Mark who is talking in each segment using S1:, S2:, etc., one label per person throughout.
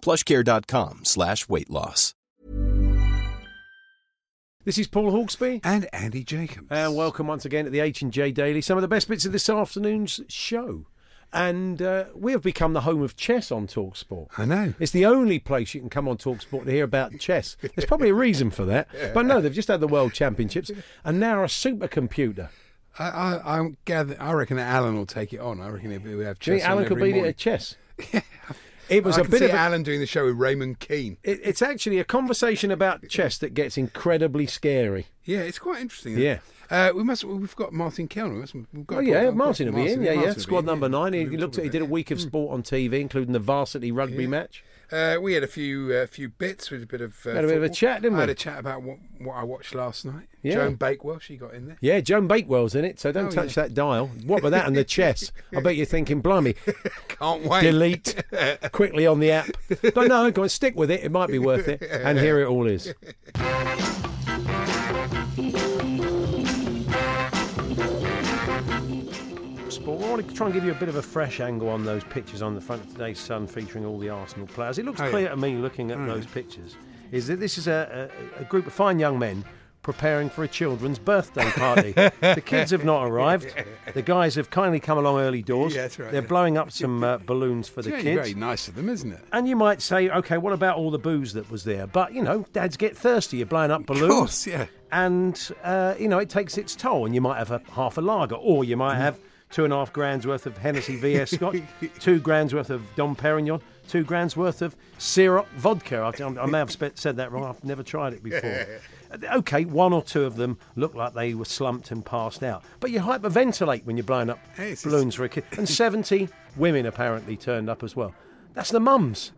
S1: Plushcare.com slash weight loss.
S2: This is Paul Hawksby.
S3: And Andy Jacobs.
S2: And Uh, welcome once again to the H&J Daily, some of the best bits of this afternoon's show. And uh, we have become the home of chess on Talksport.
S3: I know.
S2: It's the only place you can come on Talksport to hear about chess. There's probably a reason for that. But no, they've just had the World Championships and now a supercomputer.
S3: I, I, I gather. I reckon that Alan will take it on. I reckon he'll be- we'll have
S2: Do you
S3: chess.
S2: think Alan
S3: on
S2: could
S3: every
S2: beat it
S3: morning.
S2: at chess? It was
S3: I
S2: a
S3: can
S2: bit
S3: see
S2: of a,
S3: Alan doing the show with Raymond Keane.
S2: it- It's actually a conversation about chess that gets incredibly scary.
S3: Yeah, it's quite interesting.
S2: Yeah.
S3: Uh, we must. We've got Martin Kellner. we must- We've got
S2: Oh
S3: to
S2: yeah,
S3: talk about
S2: Martin will be in. Yeah,
S3: Martin
S2: yeah.
S3: will be
S2: Squad
S3: in,
S2: number
S3: yeah.
S2: nine. He
S3: We'll
S2: looked
S3: talk
S2: at. He
S3: about
S2: did a week of sport on TV, including the varsity rugby match.
S3: that. Uh, we had a few uh, few bits with a bit of. Uh,
S2: Had a bit of a
S3: football.
S2: chat, didn't
S3: I had
S2: we?
S3: a chat about what, what I watched last night.
S2: Yeah.
S3: Joan Bakewell, she got in there.
S2: Yeah, Joan Bakewell's in it, so don't
S3: Oh,
S2: touch
S3: yeah.
S2: that dial. What with that and the chess? I bet you're thinking, blimey,
S3: Can't wait.
S2: delete quickly on the app. But no, go on, stick with it. It might be worth it. And here it all is. Sport. I want to try and give you a bit of a fresh angle on those pictures on the front of today's Sun featuring all the Arsenal players. It looks
S3: Oh, yeah.
S2: clear to me looking at those pictures is that this is a, a, a group of fine young men preparing for a children's birthday party. the kids have not arrived. The guys have kindly come along early doors.
S3: Yeah, that's right,
S2: They're
S3: yeah.
S2: blowing up some uh, balloons for the
S3: It's really
S2: kids.
S3: very nice of them, isn't it?
S2: And you might say, okay, what about all the booze that was there? But you know, dads get thirsty. You're blowing up balloons,
S3: course, yeah.
S2: And uh, you know, it takes its toll. And you might have a half a lager, or you
S3: Mm.
S2: might have two and a half grand's worth of Hennessy VS Scotch, two grand's worth of Dom Perignon, two grand's worth of Syrah vodka. I, I may have spe- said that wrong. I've never tried it before. Okay, one or two of them look like they were slumped and passed out. But you hyperventilate when you're blowing up
S3: Hey, it's-
S2: balloons for a kid. And 70 women apparently turned up as well. That's the mums.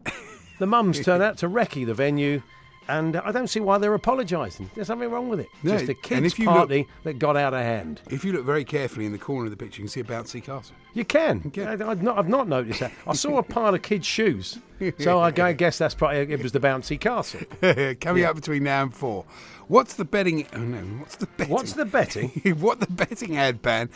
S2: The mums turn out to recce the venue, and I don't see why they're apologising. There's nothing wrong with it.
S3: No,
S2: Just a
S3: and
S2: kids'
S3: if you
S2: party that got out of hand.
S3: If you look very carefully in the corner of the picture, you can see a bouncy castle.
S2: You can.
S3: Yeah.
S2: I, have not, I've not noticed that. I saw a pile of kids' shoes, so I go- guess that's probably it was the bouncy castle.
S3: Coming up between now and four. What's the betting? Oh no, what's the betting?
S2: What's the betting?
S3: what the betting ad ban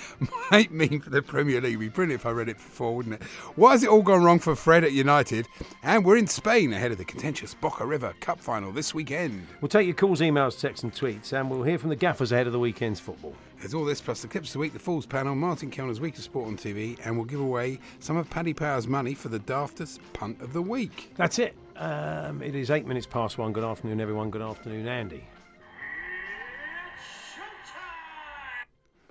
S3: might mean for the Premier League. It'd be brilliant if I read it before, wouldn't it? Why has it all gone wrong for Fred at United? And we're in Spain ahead of the contentious Boca River Cup final this weekend.
S2: We'll take your calls, emails, texts, and tweets, and we'll hear from the gaffers ahead of the weekend's football.
S3: There's all this plus the clips of the week, the Fools panel, Martin Kellner's Week of Sport on TV, and we'll give away some of Paddy Power's money for the daftest punt of the week.
S2: That's it. Um, it is eight minutes past one. Good afternoon, everyone. Good afternoon, Andy.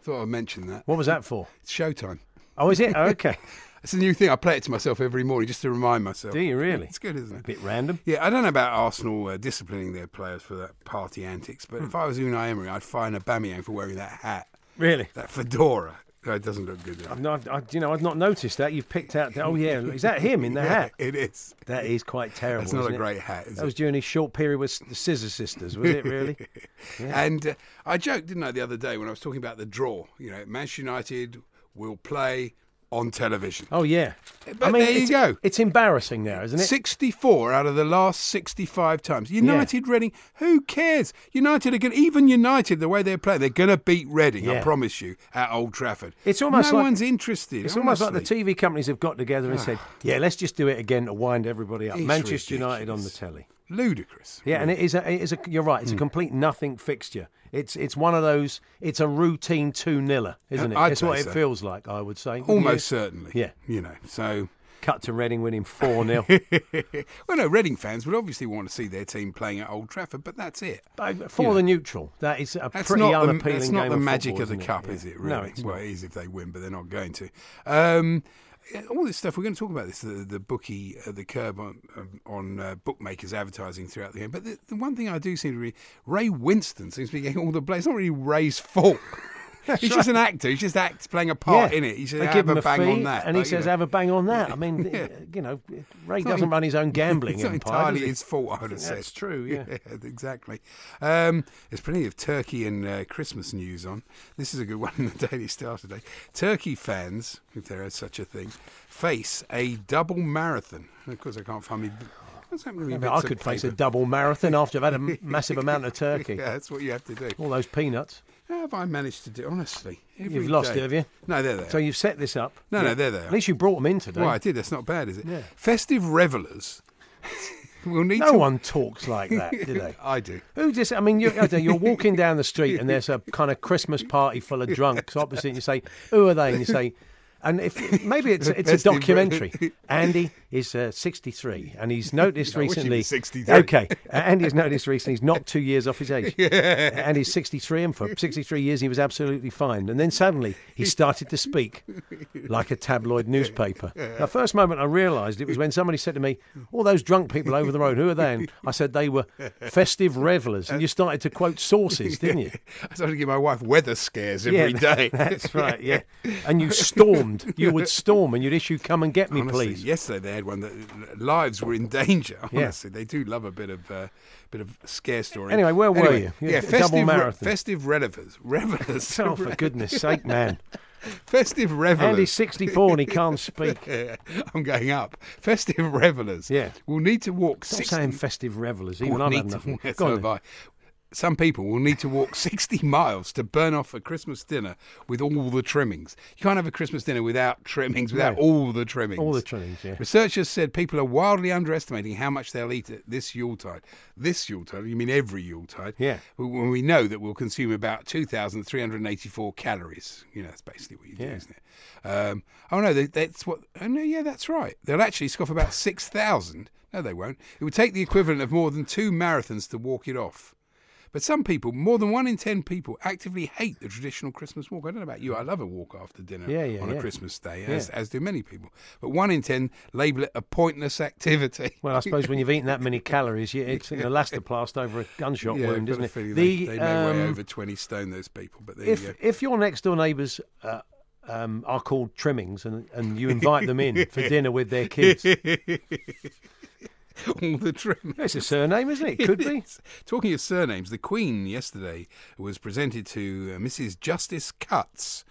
S3: Thought I'd mention that.
S2: What was that for?
S3: It's showtime.
S2: Oh, is it? Oh, okay.
S3: It's a new thing. I play it to myself every morning just to remind myself.
S2: Do you really?
S3: It's good, isn't it?
S2: bit random.
S3: Yeah, I don't know about Arsenal uh, disciplining their players for that party antics, but
S2: Hmm.
S3: if I was Unai Emery, I'd fine Aubameyang for wearing that hat,
S2: Really?
S3: that fedora. No, it doesn't look good. does it?
S2: I've not, I, you know, I've not noticed that. You've picked out. The, oh yeah, is that him in the
S3: Yeah,
S2: hat?
S3: It is.
S2: That is quite terrible.
S3: That's not
S2: isn't
S3: a
S2: it?
S3: great hat, is
S2: That
S3: it?
S2: was during his short period with the Scissor Sisters, was it? Really?
S3: And uh, I joked, didn't I, the other day when I was talking about the draw. You know, Manchester United will play on television.
S2: Oh yeah.
S3: But there you
S2: it's,
S3: go.
S2: It's embarrassing now, isn't it?
S3: 64 out of the last 65 times. United, Reading, who cares? United are going even United, the way they're playing, they're going to beat Reading, I
S2: Yeah.
S3: promise you, at Old Trafford.
S2: It's almost
S3: No
S2: like-
S3: one's interested.
S2: It's almost like the
S3: honestly. Ah.
S2: TV companies have got together and said, "Yeah, let's just do it again to wind everybody up."
S3: It's
S2: Manchester United on the
S3: ridiculous.
S2: telly.
S3: Ludicrous.
S2: Yeah, and it is a, it is a. You're right. It's
S3: Mm.
S2: a complete nothing fixture. It's it's one of those. It's a routine two niler, isn't it?
S3: I'd
S2: it's what
S3: say
S2: it
S3: so.
S2: feels like. I would say wouldn't
S3: Almost
S2: you?
S3: certainly.
S2: Yeah.
S3: You know, so
S2: Cut to Reading winning 4 0.
S3: well, no, Reading fans would obviously want to see their team playing at Old Trafford, but that's it.
S2: uh, For the neutral, that is a
S3: That's
S2: pretty
S3: not the,
S2: unappealing
S3: that's
S2: game
S3: not the
S2: of
S3: magic
S2: football,
S3: of the
S2: isn't
S3: cup,
S2: Yeah.
S3: is it? Really?
S2: No, it's
S3: well,
S2: not.
S3: it is if they win, but they're not going to. Um, all this stuff we're going to talk about this the, the bookie uh, the curb on um, on uh, bookmakers advertising throughout the game. But the, the one thing I do seem to be Ray Winston seems to be getting all the blame. It's not really Ray's fault. he's just an actor. He's just act playing a part in it. He said,
S2: They
S3: "Have
S2: give him
S3: a bang
S2: fee,
S3: on that,"
S2: and he
S3: like, you
S2: says,
S3: know.
S2: "Have a bang on that." I mean, uh,
S3: Yeah.
S2: you know, Ray
S3: It's not
S2: doesn't
S3: en-
S2: run his own gambling
S3: it's not
S2: empire.
S3: entirely
S2: does he?
S3: his fault, I would have said.
S2: That's true, yeah.
S3: exactly. Um, there's plenty of turkey and uh, Christmas news on. This is a good one in the Daily Star today. Turkey fans, if there is such a thing, face a double marathon. Of course, I can't find me. What's happening to me?
S2: I, mean, I could face a double marathon after I've had a m- massive amount of turkey.
S3: Yeah, that's what you have to do.
S2: All those peanuts.
S3: How have I managed to do? Honestly, every
S2: You've lost
S3: day-
S2: it, have you?
S3: No, they're there.
S2: So you've set this up.
S3: No, no, they're there.
S2: At least you brought them in today.
S3: Well, I did. That's not bad, is it?
S2: Yeah.
S3: Festive revellers will need
S2: No
S3: to.
S2: one talks like that, do they?
S3: I do.
S2: Who just? I mean, you're, I don't know, you're walking down the street and there's a kind of Christmas party full of drunks opposite. And you say, "Who are they?" And you say, "And if maybe it's it's a
S3: Best in
S2: documentary." Andy is uh, 63 and he's noticed
S3: I wish he
S2: recently.
S3: was 63.
S2: Okay, uh, Andy has noticed recently he's knocked two years off his age. And he's 63, and for 63 years he was absolutely fine. And then suddenly he started to speak like a tabloid newspaper. The first moment I realised it was when somebody said to me, All those drunk people over the road, who are they? And I said, They were festive revellers. And you started to quote sources, didn't you?
S3: I started to give my wife weather scares every day.
S2: That's right, yeah. And you stormed. You would storm and you'd issue, Come and get me,
S3: Honestly,
S2: please.
S3: yesterday they had one that uh, lives were in danger.
S2: Yeah.
S3: Honestly, they do love a bit of uh, bit of scare story.
S2: Anyway, where were you?
S3: Yeah,
S2: Double
S3: festive re-
S2: marathon.
S3: festive revelers, revelers,
S2: Oh, for goodness sake, man. Andy's
S3: festive revelers.
S2: 64 and he can't speak.
S3: I'm going up. Festive revelers.
S2: Yeah.
S3: will need to walk.
S2: Stop
S3: 60
S2: saying festive revellers. Even
S3: will
S2: I've
S3: need
S2: had
S3: to-
S2: enough. of
S3: Yeah,
S2: it. Go
S3: so
S2: on
S3: have
S2: then.
S3: I. Some people will need to walk 60 miles to burn off a Christmas dinner with all the trimmings. You can't have a Christmas dinner without trimmings, without
S2: No.
S3: all the trimmings.
S2: All the trimmings, yeah.
S3: Researchers said people are wildly underestimating how much they'll eat at this Yuletide. This Yuletide, you mean every Yuletide?
S2: Yeah.
S3: When we know that we'll consume about 2,384 calories. You know, that's basically what you do,
S2: Yeah.
S3: isn't it? Um, oh, no, they, that's what. Oh, no, yeah, that's right. They'll actually scoff about 6,000. No, they won't. It would take the equivalent of more than two marathons to walk it off. But some people, more than one in ten people, actively hate the traditional Christmas walk. I don't know about you. I love a walk after dinner
S2: Yeah, yeah,
S3: on a
S2: yeah.
S3: Christmas day, as,
S2: Yeah.
S3: as do many people. But one in ten label it a pointless activity.
S2: Well, I suppose when you've eaten that many calories, you, it's an elastoplast over a gunshot
S3: yeah,
S2: wound,
S3: I've
S2: isn't
S3: got a
S2: it?
S3: feeling they, they may
S2: um,
S3: weigh over twenty stone. Those people, but there
S2: if
S3: you go.
S2: if your next door neighbours uh, um, are called trimmings and and you invite them in for dinner with their kids,
S3: All the trim.
S2: it's a surname, isn't it? Could be.
S3: Talking of surnames, the Queen yesterday was presented to uh, Mrs. Justice Cuts.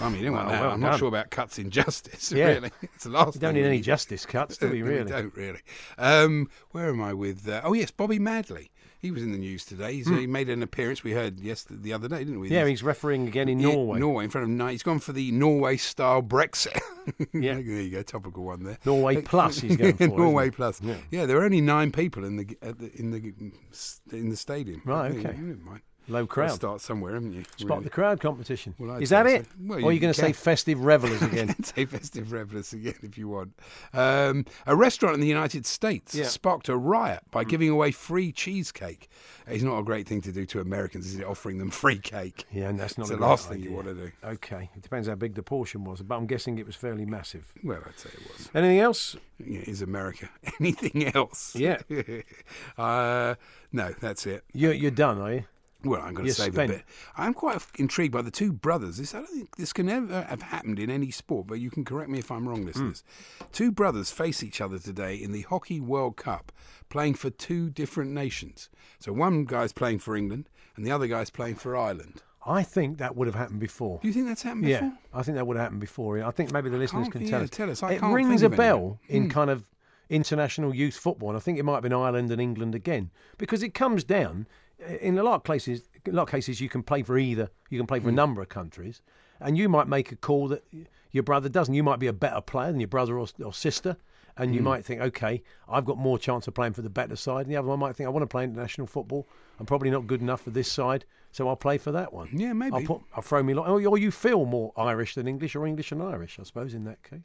S3: I mean, you don't want
S2: Wow,
S3: that.
S2: well
S3: I'm not
S2: done.
S3: sure about Cuts in justice.
S2: Yeah.
S3: Really, it's the last.
S2: You don't
S3: thing
S2: need any
S3: need.
S2: justice cuts, do we?
S3: No,
S2: Really?
S3: don't really. Um, where am I with? Uh, oh yes, Bobby Madley. He was in the news today. He's, He made an appearance. We heard yesterday, the other day, didn't we?
S2: Hmm. Yeah,
S3: He's-
S2: he's refereeing again in
S3: yeah,
S2: Norway.
S3: Norway in front of Ni- He's gone for the Norway-style Brexit.
S2: Yeah.
S3: there you go, topical one there. Uh,
S2: Norway plus he's going for. isn't he?
S3: Norway plus. Yeah. there were only nine people in the at the in the in the stadium.
S2: Right,
S3: There you
S2: okay.
S3: go, never mind.
S2: Low
S3: Gotta
S2: crowd.
S3: Start somewhere, haven't you?
S2: Spot
S3: really?
S2: the crowd competition.
S3: Well, I'd
S2: Is that
S3: say
S2: it?
S3: so. Well,
S2: or are
S3: you
S2: you going to say
S3: can.
S2: festive revellers again?
S3: Say festive revelers again if you want. Um, a restaurant in the United States
S2: Yeah. Mm.
S3: sparked a riot by giving away free cheesecake. It's not a great thing to do to Americans, is it? Offering them free cake.
S2: Yeah, and that's not
S3: It's
S2: a
S3: the
S2: great
S3: last thing you
S2: idea.
S3: want to do.
S2: Okay, it depends how big the portion was, but I'm guessing it was fairly massive.
S3: Well, I'd say it was.
S2: Anything else?
S3: Yeah, it is America. Anything else?
S2: Yeah.
S3: uh, no, that's it.
S2: You're, you're done, are you?
S3: Well, I'm going to
S2: You're
S3: save
S2: spent.
S3: a bit. I'm quite f- intrigued by the two brothers. This I don't think this can ever have happened in any sport, but you can correct me if I'm
S2: Hmm.
S3: wrong, listeners. Two brothers face each other today in the Hockey World Cup, playing for two different nations. So one guy's playing for England, and the other guy's playing for Ireland.
S2: I think that would have happened before.
S3: Do you think that's happened
S2: yeah,
S3: before?
S2: I think that would have happened before. I think maybe the listeners
S3: can't-
S2: can
S3: yeah,
S2: tell us.
S3: tell us. I
S2: it
S3: can't
S2: rings
S3: think
S2: a
S3: of any.
S2: bell in kind of international youth football, and I think it might have been Ireland and England again because it comes down eh, in a lot of places. A lot of cases, you can play for either. You can play for
S3: Hmm.
S2: a number of countries, and you might make a call that your brother doesn't. You might be a better player than your brother or, or sister. And
S3: Hmm.
S2: you might think, okay, I've got more chance of playing for the better side. And the other one might think, I want to play international football. I'm probably not good enough for this side, so I'll play for that one.
S3: Yeah, maybe.
S2: I'll put oh, I'll throw me like, or, or you feel more Irish than English, or English and Irish, I suppose, in that case.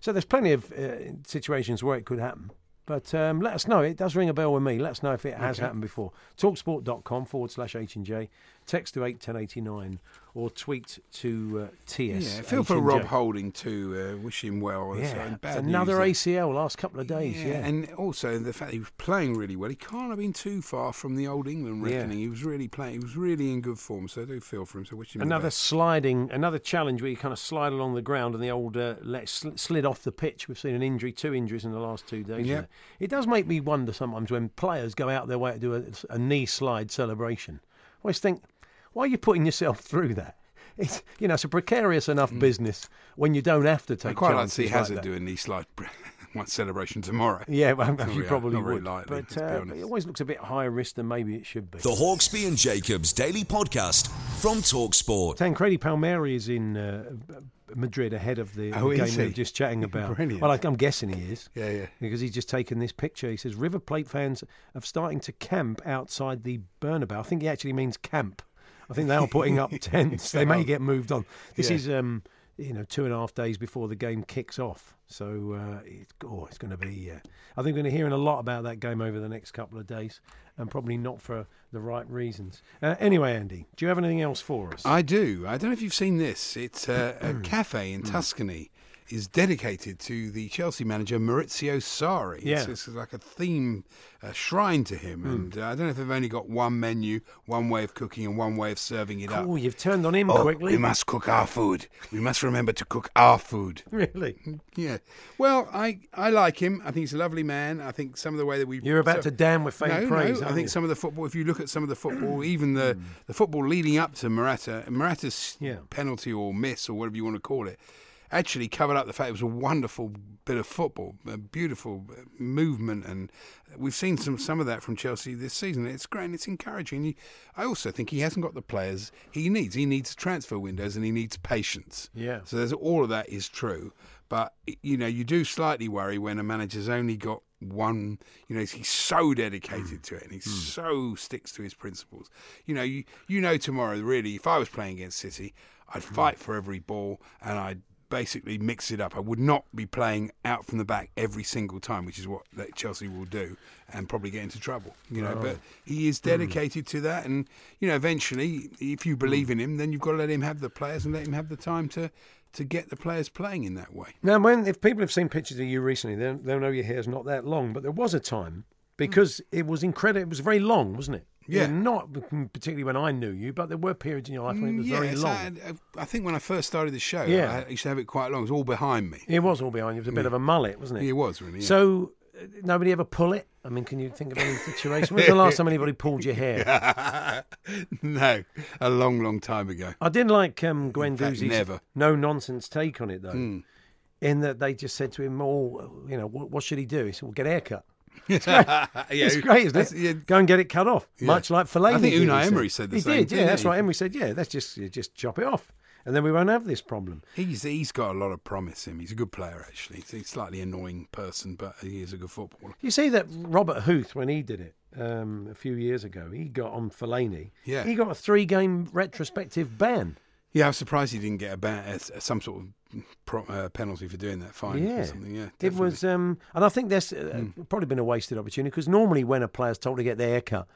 S2: So there's plenty of uh, situations where it could happen. But um, let us know. It does ring a bell with me. Let us know if it has happened before. Talksport.com forward slash H and J. Text to 81089 or tweet to uh, TS.
S3: Yeah, feel for
S2: H&J.
S3: Rob Holding too. Uh, wish him well.
S2: Yeah,
S3: So, and
S2: it's
S3: bad
S2: another
S3: news
S2: ACL last couple of
S3: there.
S2: days. Yeah,
S3: and also the fact he was playing really well. He can't have been too far from the old England
S2: Yeah.
S3: reckoning. He was really playing. He was really in good form. So I do feel for him. So wish him the
S2: another
S3: best.
S2: sliding, another challenge where you kind of slide along the ground and the old uh, let sl- slid off the pitch. We've seen an injury, two injuries in the last two days.
S3: Yep.
S2: there. It does make me wonder sometimes when players go out their way to do a, a knee slide celebration. I always think, why are you putting yourself through that? It's you know it's a precarious enough business when you don't have to take.
S3: Mm. I quite like to see
S2: chances
S3: Hazard
S2: like that.
S3: doing knee slide one celebration tomorrow.
S2: Yeah, well,
S3: Not
S2: you
S3: really-
S2: probably
S3: not really
S2: would,
S3: likely, let's
S2: but
S3: be
S2: uh,
S3: honest.
S2: it always looks a bit higher risk than maybe it should be.
S4: The Hawksby and Jacobs Daily Podcast from Talksport.
S2: Tancredi Palmieri is in uh, B- B- Madrid ahead of the,
S3: Oh,
S2: the game
S3: is
S2: we were
S3: he?
S2: just chatting about.
S3: Brilliant.
S2: Well, I, I'm guessing he is.
S3: Yeah, yeah.
S2: Because he's just taken this picture. He says River Plate fans are starting to camp outside the Bernabeu. I think he actually means camp. I think they are putting up tents. They may get moved on. This
S3: Yeah.
S2: is, um, you know, two and a half days before the game kicks off. So uh, it, oh, it's going to be. Uh, I think we're going to hearing a lot about that game over the next couple of days, and probably not for the right reasons. Uh, anyway, Andy, do you have anything else for us?
S3: I do. I don't know if you've seen this. It's uh, a cafe
S2: Hmm.
S3: in Tuscany is dedicated to the Chelsea manager Maurizio Sarri.
S2: Yeah. Hmm.
S3: It's, it's like a theme a shrine to him. And uh, I don't know if they've only got one menu, one way of cooking, and one way of serving it
S2: Oh,
S3: up.
S2: you've turned on him
S3: Oh,
S2: quickly.
S3: we must cook our food. We must remember to cook our food.
S2: Really?
S3: Yeah. Well, I, I like him. I think he's a lovely man. I think some of the way that we
S2: You're about
S3: so-
S2: to damn with faint
S3: no,
S2: praise.
S3: No, I
S2: aren't
S3: think
S2: you?
S3: some of the football. If you look at some of the football, even the the football leading up to Morata, Morata's
S2: Yeah.
S3: penalty or miss or whatever you want to call it, actually covered up the fact it was a wonderful bit of football, a beautiful uh, movement, and we've seen some some of that from Chelsea this season. It's great, and it's encouraging. He, I also think he hasn't got the players he needs. He needs transfer windows, and he needs patience.
S2: Yeah.
S3: So there's all of that is true, but you know you do slightly worry when a manager's only got one. You know he's so dedicated to it, and he so sticks to his principles. You know you you know tomorrow really. If I was playing against City, I'd fight for every ball, and I'd basically mix it up. I would not be playing out from the back every single time, which is what that Chelsea will do, and probably get into trouble. You know,
S2: Oh.
S3: but he
S2: Hmm.
S3: is dedicated to that, and you know, eventually, if you believe
S2: Hmm.
S3: in him, then you've got to let him have the players and let him have the time to to get the players playing in that way.
S2: Now, when if people have seen pictures of you recently, they'll, they'll know your hair's not that long. But there was a time because it was incredible. It was very long, wasn't it?
S3: Hmm. Yeah.
S2: Not particularly when I knew you, but there were periods in your life when it was
S3: Mm, yeah,
S2: very
S3: it's-
S2: long.
S3: I, I think when I first started the show,
S2: Yeah.
S3: I used to have it quite long. It was all behind me.
S2: It was all behind you. It was a bit of a mullet, wasn't it?
S3: It was really. Mm. yeah.
S2: So uh, nobody ever pull it. I mean, can you think of any situation? When was the last time anybody pulled your hair?
S3: no, a long, long time ago.
S2: I did like um, Gwen
S3: In fact,
S2: Doozy's
S3: never. Hmm.
S2: no nonsense take on it though, in that they just said to him, "Oh, you know, what, what should he do?" He said, "Well, get a haircut."
S3: Yeah,
S2: it's great, isn't it?
S3: that's- yeah,
S2: Go and get it cut off, much like Fellaini.
S3: I think
S2: did,
S3: Unai
S2: he
S3: Emery said the
S2: he
S3: same
S2: did,
S3: thing,
S2: yeah,
S3: didn't
S2: that's
S3: he?
S2: right. Emery said, "Yeah, that's just you just chop it off, and then we won't have this problem."
S3: He's he's got a lot of promise. Him, he's a good player actually. He's a slightly annoying person, but he is a good footballer.
S2: You see that Robert Huth when he did it um, a few years ago, he got on Fellaini.
S3: Yeah.
S2: he got a three-game retrospective ban.
S3: Yeah, I was surprised he didn't get a ban, uh, some sort of pro, uh, penalty for doing that fine
S2: Yeah,
S3: or something. Yeah, Hmm.
S2: it was, um, and I think that's uh, probably been a wasted opportunity because normally when a player's told to get their hair cut,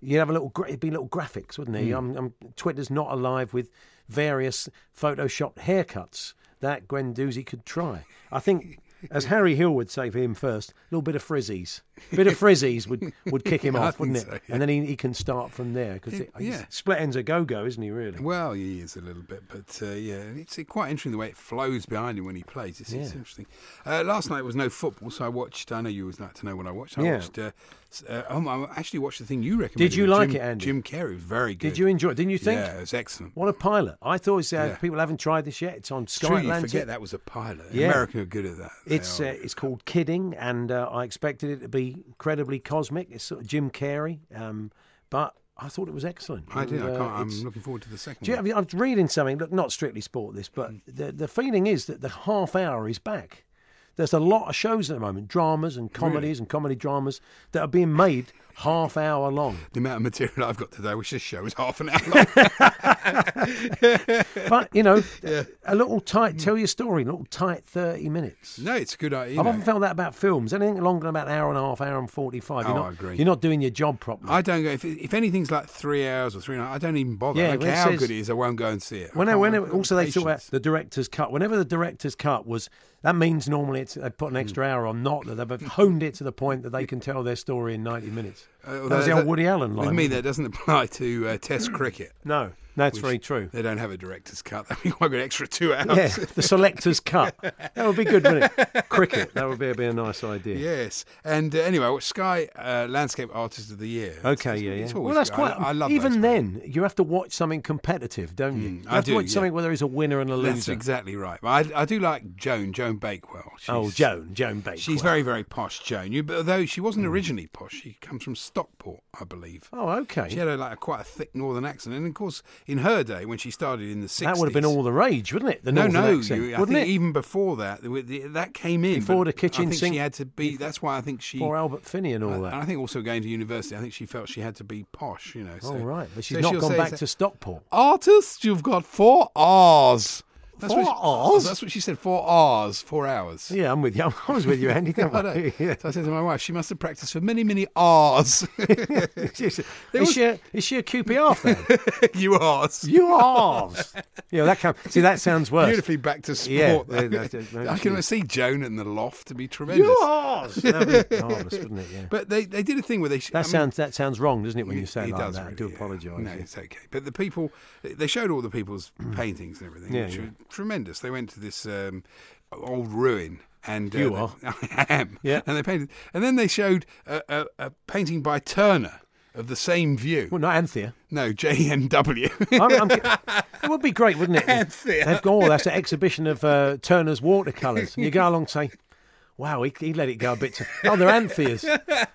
S2: you'd have a little, gra- it'd be little graphics, wouldn't
S3: Hmm.
S2: it? I'm, I'm, Twitter's not alive with various photoshopped haircuts that Gwen Doozy could try. I think. As Harry Hill would say for him first, a little bit of frizzies. A bit of frizzies would, would kick him
S3: Yeah, I
S2: off, wouldn't it?
S3: think so, yeah.
S2: And then he, he can start from there because
S3: yeah.
S2: split ends a go go, isn't he, really?
S3: Well, he is a little bit, but uh, yeah, it's uh, quite interesting the way it flows behind him when he plays. It's, it's
S2: Yeah.
S3: interesting. Uh, last night was no football, so I watched. I know you always like to know what I watched. I
S2: Yeah.
S3: watched. Uh, s- uh, um, I actually watched the thing you recommended.
S2: you
S3: with
S2: like
S3: Jim-
S2: it, Andy?
S3: Jim Carrey was very good.
S2: Did you enjoy it? Didn't you think?
S3: Yeah, it was excellent.
S2: What a pilot. I thought it's, uh,
S3: Yeah.
S2: people haven't tried this yet. It's on Sky
S3: True, you
S2: Atlantic.
S3: forget that was a pilot.
S2: Yeah.
S3: America are good at that. They
S2: It's uh,
S3: are.
S2: it's called Kidding, and uh, I expected it to be incredibly cosmic. It's sort of Jim Carrey, um, but I thought it was excellent.
S3: I
S2: It
S3: did.
S2: was,
S3: I
S2: uh,
S3: can't, I'm
S2: it's-
S3: looking forward to the second
S2: do you, I
S3: one.
S2: mean, I'm reading something. Look, not strictly sport this, but
S3: Hmm.
S2: the the feeling is that the half hour is back. There's a lot of shows at the moment, dramas and comedies and comedy dramas that are being made half hour long.
S3: The amount of material I've got today, which this show is half an hour long.
S2: But, you know, a little tight, tell your story, a little tight 30 minutes.
S3: no, it's a good idea. you
S2: I've
S3: know.
S2: often felt that about films. Anything longer than about an hour and a half, hour and 45, you're,
S3: Oh,
S2: not,
S3: I agree.
S2: you're not doing your job properly.
S3: I don't go if, if anything's like three hours or three and a half, I don't even bother.
S2: Yeah,
S3: I don't
S2: when it
S3: care how
S2: says-
S3: good it is, I won't go and see it. I
S2: When, I,
S3: can't-
S2: when
S3: I've
S2: it-
S3: got
S2: also they talk about
S3: patience.
S2: the director's cut. Whenever the director's cut was, that means normally it's they put an extra
S3: Hmm.
S2: hour on. Not that they've honed it to the point that they can tell their story in ninety minutes.
S3: Uh,
S2: that was the old Woody Allen line.
S3: With me,
S2: wasn't it?
S3: that doesn't apply to uh, Test cricket.
S2: no, that's
S3: which
S2: very true.
S3: They don't have a director's cut. That'd be quite an extra two hours.
S2: Yeah, the selector's cut. That would be good, wouldn't it? Cricket. That would be, be a nice idea.
S3: Yes, and uh, anyway, well, Sky uh, Landscape Artist of the Year. It's-
S2: Okay,
S3: it's-
S2: yeah, yeah.
S3: it's always
S2: Well, that's
S3: good.
S2: quite.
S3: I, I love
S2: even
S3: those Hmm,
S2: then, you have to watch something competitive, don't you? you
S3: I
S2: have
S3: do,
S2: to watch
S3: yeah.
S2: something where there is a winner and a
S3: programs.
S2: loser.
S3: That's exactly right. But I, I do like Joan, Joan Bakewell. She's,
S2: Oh, Joan, Joan Baker.
S3: She's very, very posh, Joan. You, but though she
S2: Hmm.
S3: wasn't originally posh, she comes from Stockport, I believe.
S2: Oh, okay.
S3: She had a, like a, quite a thick northern accent, and of course, in her day when she started in the sixties,
S2: That would have been all the rage, wouldn't it? The
S3: no,
S2: Northern
S3: no. you-
S2: accent,
S3: I
S2: wouldn't
S3: think
S2: it?
S3: even before that, the- the- that came in
S2: Before
S3: but
S2: the kitchen
S3: I think
S2: sink-
S3: She had to be. That's why I think she.
S2: Poor Albert Finney and all
S3: and
S2: that.
S3: I think also going to university, I think she felt she had to be posh, you know. So.
S2: All right, but she's
S3: so
S2: not
S3: she'll
S2: gone
S3: say-
S2: back
S3: say,
S2: to Stockport.
S3: artist. You've got four R's.
S2: Four
S3: what she,
S2: Rs?
S3: That's what she said. Four R's. Four hours.
S2: Yeah, I'm with you. I was with you, Andy. Don't
S3: I know.
S2: worry. Yeah.
S3: So I said to my wife, she must have practiced for many, many R's.
S2: Is,
S3: was-
S2: she a, is she a QPR fan?
S3: you R's.
S2: you are. Yeah, that can, see that sounds worse.
S3: Beautifully back to sport.
S2: Yeah,
S3: though.
S2: yeah, that's it. No,
S3: I
S2: she-
S3: can see Joan in the loft to be tremendous.
S2: You are. That'd be marvellous, wouldn't it? Yeah.
S3: But they, they did a thing where they. sh-
S2: That
S3: I mean,
S2: sounds that sounds wrong, doesn't it? When you
S3: it-
S2: say it
S3: it
S2: like
S3: does
S2: that, I
S3: really,
S2: do
S3: yeah.
S2: apologise.
S3: No, it's okay. But the people, they showed all the people's paintings and everything,
S2: Yeah,
S3: which
S2: yeah.
S3: were tremendous. They went to this um, old ruin. And
S2: You
S3: they-
S2: are.
S3: I am.
S2: Yeah.
S3: And they painted, and then they showed a, a, a painting by Turner of the same view.
S2: Well, not Anthea.
S3: No, JMW.
S2: I'm, I'm, it would be great, wouldn't it?
S3: Anthea.
S2: They've got, oh, that's an exhibition of uh, Turner's watercolours. And you go along and say, wow, he, he let it go a bit. Too. Oh, they're Antheas.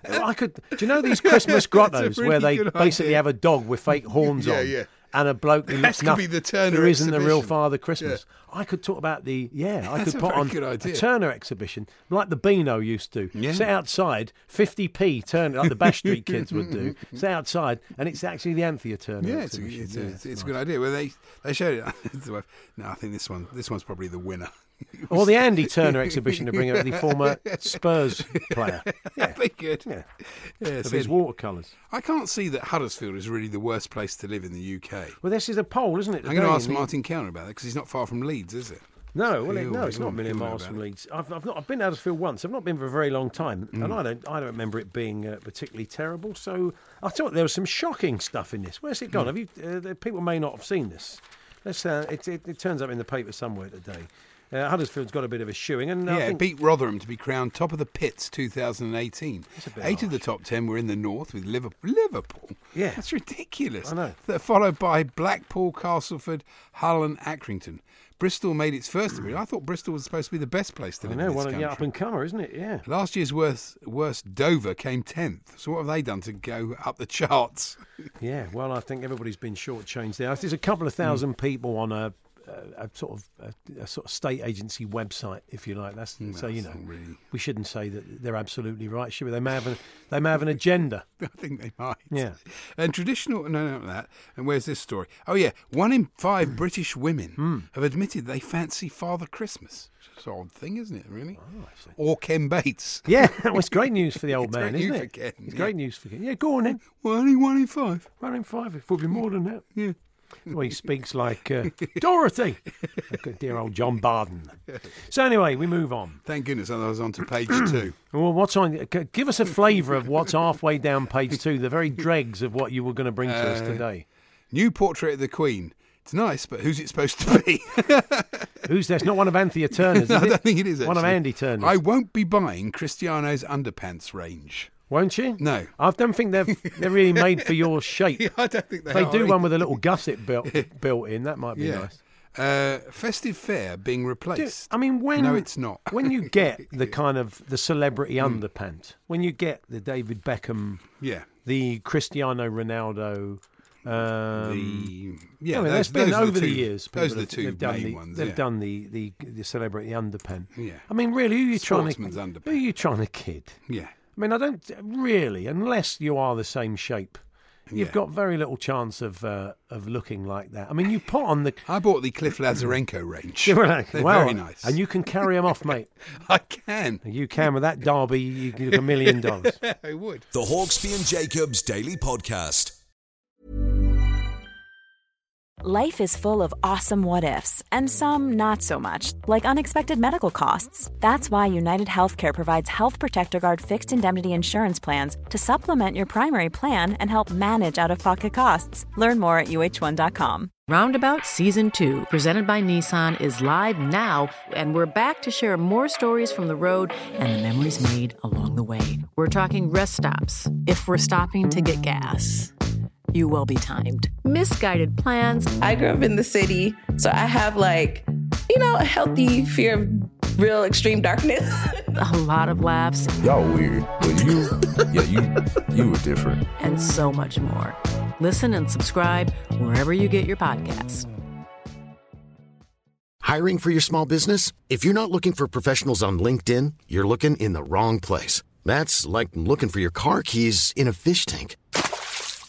S2: I could. Do you know these Christmas grottos
S3: really
S2: where they
S3: good
S2: basically
S3: idea.
S2: have a dog with fake horns
S3: Yeah,
S2: on?
S3: yeah.
S2: And a bloke who
S3: That
S2: looks
S3: could
S2: nothing.
S3: be the Turner
S2: who isn't the real
S3: exhibition.
S2: Father Christmas. I could talk about the yeah. I
S3: That's
S2: could
S3: a
S2: put
S3: very
S2: on
S3: good
S2: a
S3: idea.
S2: Turner exhibition like the Beano used to.
S3: Yeah.
S2: Sit outside, fifty p Turner, like the Bash Street kids would do. Sit outside, and it's actually the Anthea Turner.
S3: Yeah, it's a,
S2: exhibition.
S3: it's,
S2: Yeah,
S3: a, it's, a good idea. Well, they they showed it. I said to my wife, no, I think this one this one's probably the winner.
S2: Or the Andy Turner exhibition to bring up the former Spurs player. Yeah.
S3: That'd be good.
S2: Yeah.
S3: Yeah,
S2: Of
S3: so
S2: his watercolours.
S3: I can't see that Huddersfield is really the worst place to live in the UK.
S2: Well, this is a poll, isn't it?
S3: I'm going
S2: today?
S3: to ask Martin Cowan about that because he's not far from Leeds, is it?
S2: No, well, it,
S3: He'll-
S2: no, it's
S3: he'll-
S2: not a million
S3: he'll know
S2: miles from
S3: about it.
S2: Leeds. I've, I've, not, I've been to Huddersfield once. I've not been for a very long time, and I don't, I don't remember it being uh, particularly terrible. So I thought there was some shocking stuff in this. Where's it gone? Have you? Uh, the people may not have seen this. Let's. Uh, it, it, it turns up in the paper somewhere today. Uh, Huddersfield's got a bit of a shoeing, and I
S3: yeah, it
S2: think
S3: beat Rotherham to be crowned top of the pits 2018. Eight of the top ten were in the north with Liverpool. Liverpool?
S2: Yeah.
S3: That's ridiculous.
S2: I know.
S3: They're followed by Blackpool, Castleford, Hull and Accrington. Bristol made its first appearance. I thought Bristol was supposed to be the best place to
S2: I
S3: live
S2: know
S3: in this
S2: one of the
S3: country.
S2: up and comer, isn't it? Yeah.
S3: Last year's worst, worst Dover came 10th. So what have they done to go up the charts?
S2: Yeah, well, I think everybody's been shortchanged there. There's a
S3: Mm.
S2: couple of thousand people on a, a, a sort of a, a sort of state agency website, if you like. That's
S3: Mm,
S2: so you know we shouldn't say that they're absolutely right, should we? They may have an, they may have an agenda.
S3: I think they might.
S2: Yeah.
S3: And traditional, no, no, not that. And where's this story? Oh, yeah. One in
S2: Hmm.
S3: five British women have admitted they fancy Father Christmas. It's an odd thing, isn't it, really? Or Ken Bates.
S2: Oh, Yeah, well, it's great news for the old
S3: It's
S2: man,
S3: great
S2: isn't
S3: news
S2: it?
S3: for Ken,
S2: it's
S3: yeah.
S2: great news for him. Yeah, go on then.
S3: Well, only one in five.
S2: Run in five. It would be more than that.
S3: Yeah.
S2: Well, he speaks like uh, Dorothy, Like dear old John Barden. So anyway, we move on.
S3: Thank goodness I was on to page two.
S2: Well, what's on? g- Give us a flavour of what's halfway down page two, the very dregs of what you were going to bring to
S3: Uh,
S2: us today.
S3: New portrait of the Queen. It's nice, but who's it supposed to be?
S2: Who's that's not one of Anthea Turner's? Is
S3: I
S2: it?
S3: don't think it is. Actually.
S2: One of Andy Turner's.
S3: I won't be buying Cristiano's underpants range.
S2: Won't you?
S3: No.
S2: I don't think they're they're really made for your shape.
S3: I don't think
S2: If they do one with a little gusset built built in, that might be
S3: Yeah.
S2: nice.
S3: Uh, festive fare being
S2: Do-
S3: replaced.
S2: I mean, when
S3: No, it's not. Hmm.
S2: when you get the kind of the celebrity underpants, when you get the David Beckham,
S3: yeah.
S2: the Cristiano Ronaldo, um,
S3: The, yeah,
S2: I mean,
S3: those,
S2: there's been
S3: those are
S2: over
S3: the,
S2: the
S3: two-
S2: years. people
S3: Those are the
S2: have-
S3: two
S2: they've done
S3: main
S2: the,
S3: ones.
S2: They've
S3: yeah.
S2: done the, the the celebrity underpin.
S3: Yeah.
S2: I mean, really, who are you trying to?
S3: Sportsman's underpin.
S2: Who are you trying to kid?
S3: Yeah.
S2: I mean, I don't really, unless you are the same shape, you've
S3: Yeah.
S2: got very little chance of uh, of looking like that. I mean, you put on the.
S3: I bought the Cliff Lazarenko range.
S2: They're like,
S3: They're
S2: wow,
S3: very nice.
S2: And you can carry them off, mate.
S3: I can.
S2: You can with that derby, you can look a million dollars.
S3: I would.
S4: The Hawksby and Jacobs Daily Podcast.
S5: Life is full of awesome what ifs and some not so much, like unexpected medical costs. That's why United Healthcare provides Health Protector Guard fixed indemnity insurance plans to supplement your primary plan and help manage out of pocket costs. Learn more at uh1.com.
S6: Roundabout Season 2, presented by Nissan, is live now, and we're back to share more stories from the road and the memories made along the way. We're talking rest stops. If we're stopping to get gas, you will be timed. Misguided plans,
S7: I grew up in the city, so I have like, you know, a healthy fear of real extreme darkness.
S6: a lot of laughs,
S8: Y'all weird, but you, yeah, you, you were different.
S6: and so much more. Listen and subscribe wherever you get your podcasts.
S9: Hiring for your small business? If you're not looking for professionals on LinkedIn, you're looking in the wrong place. That's like looking for your car keys in a fish tank.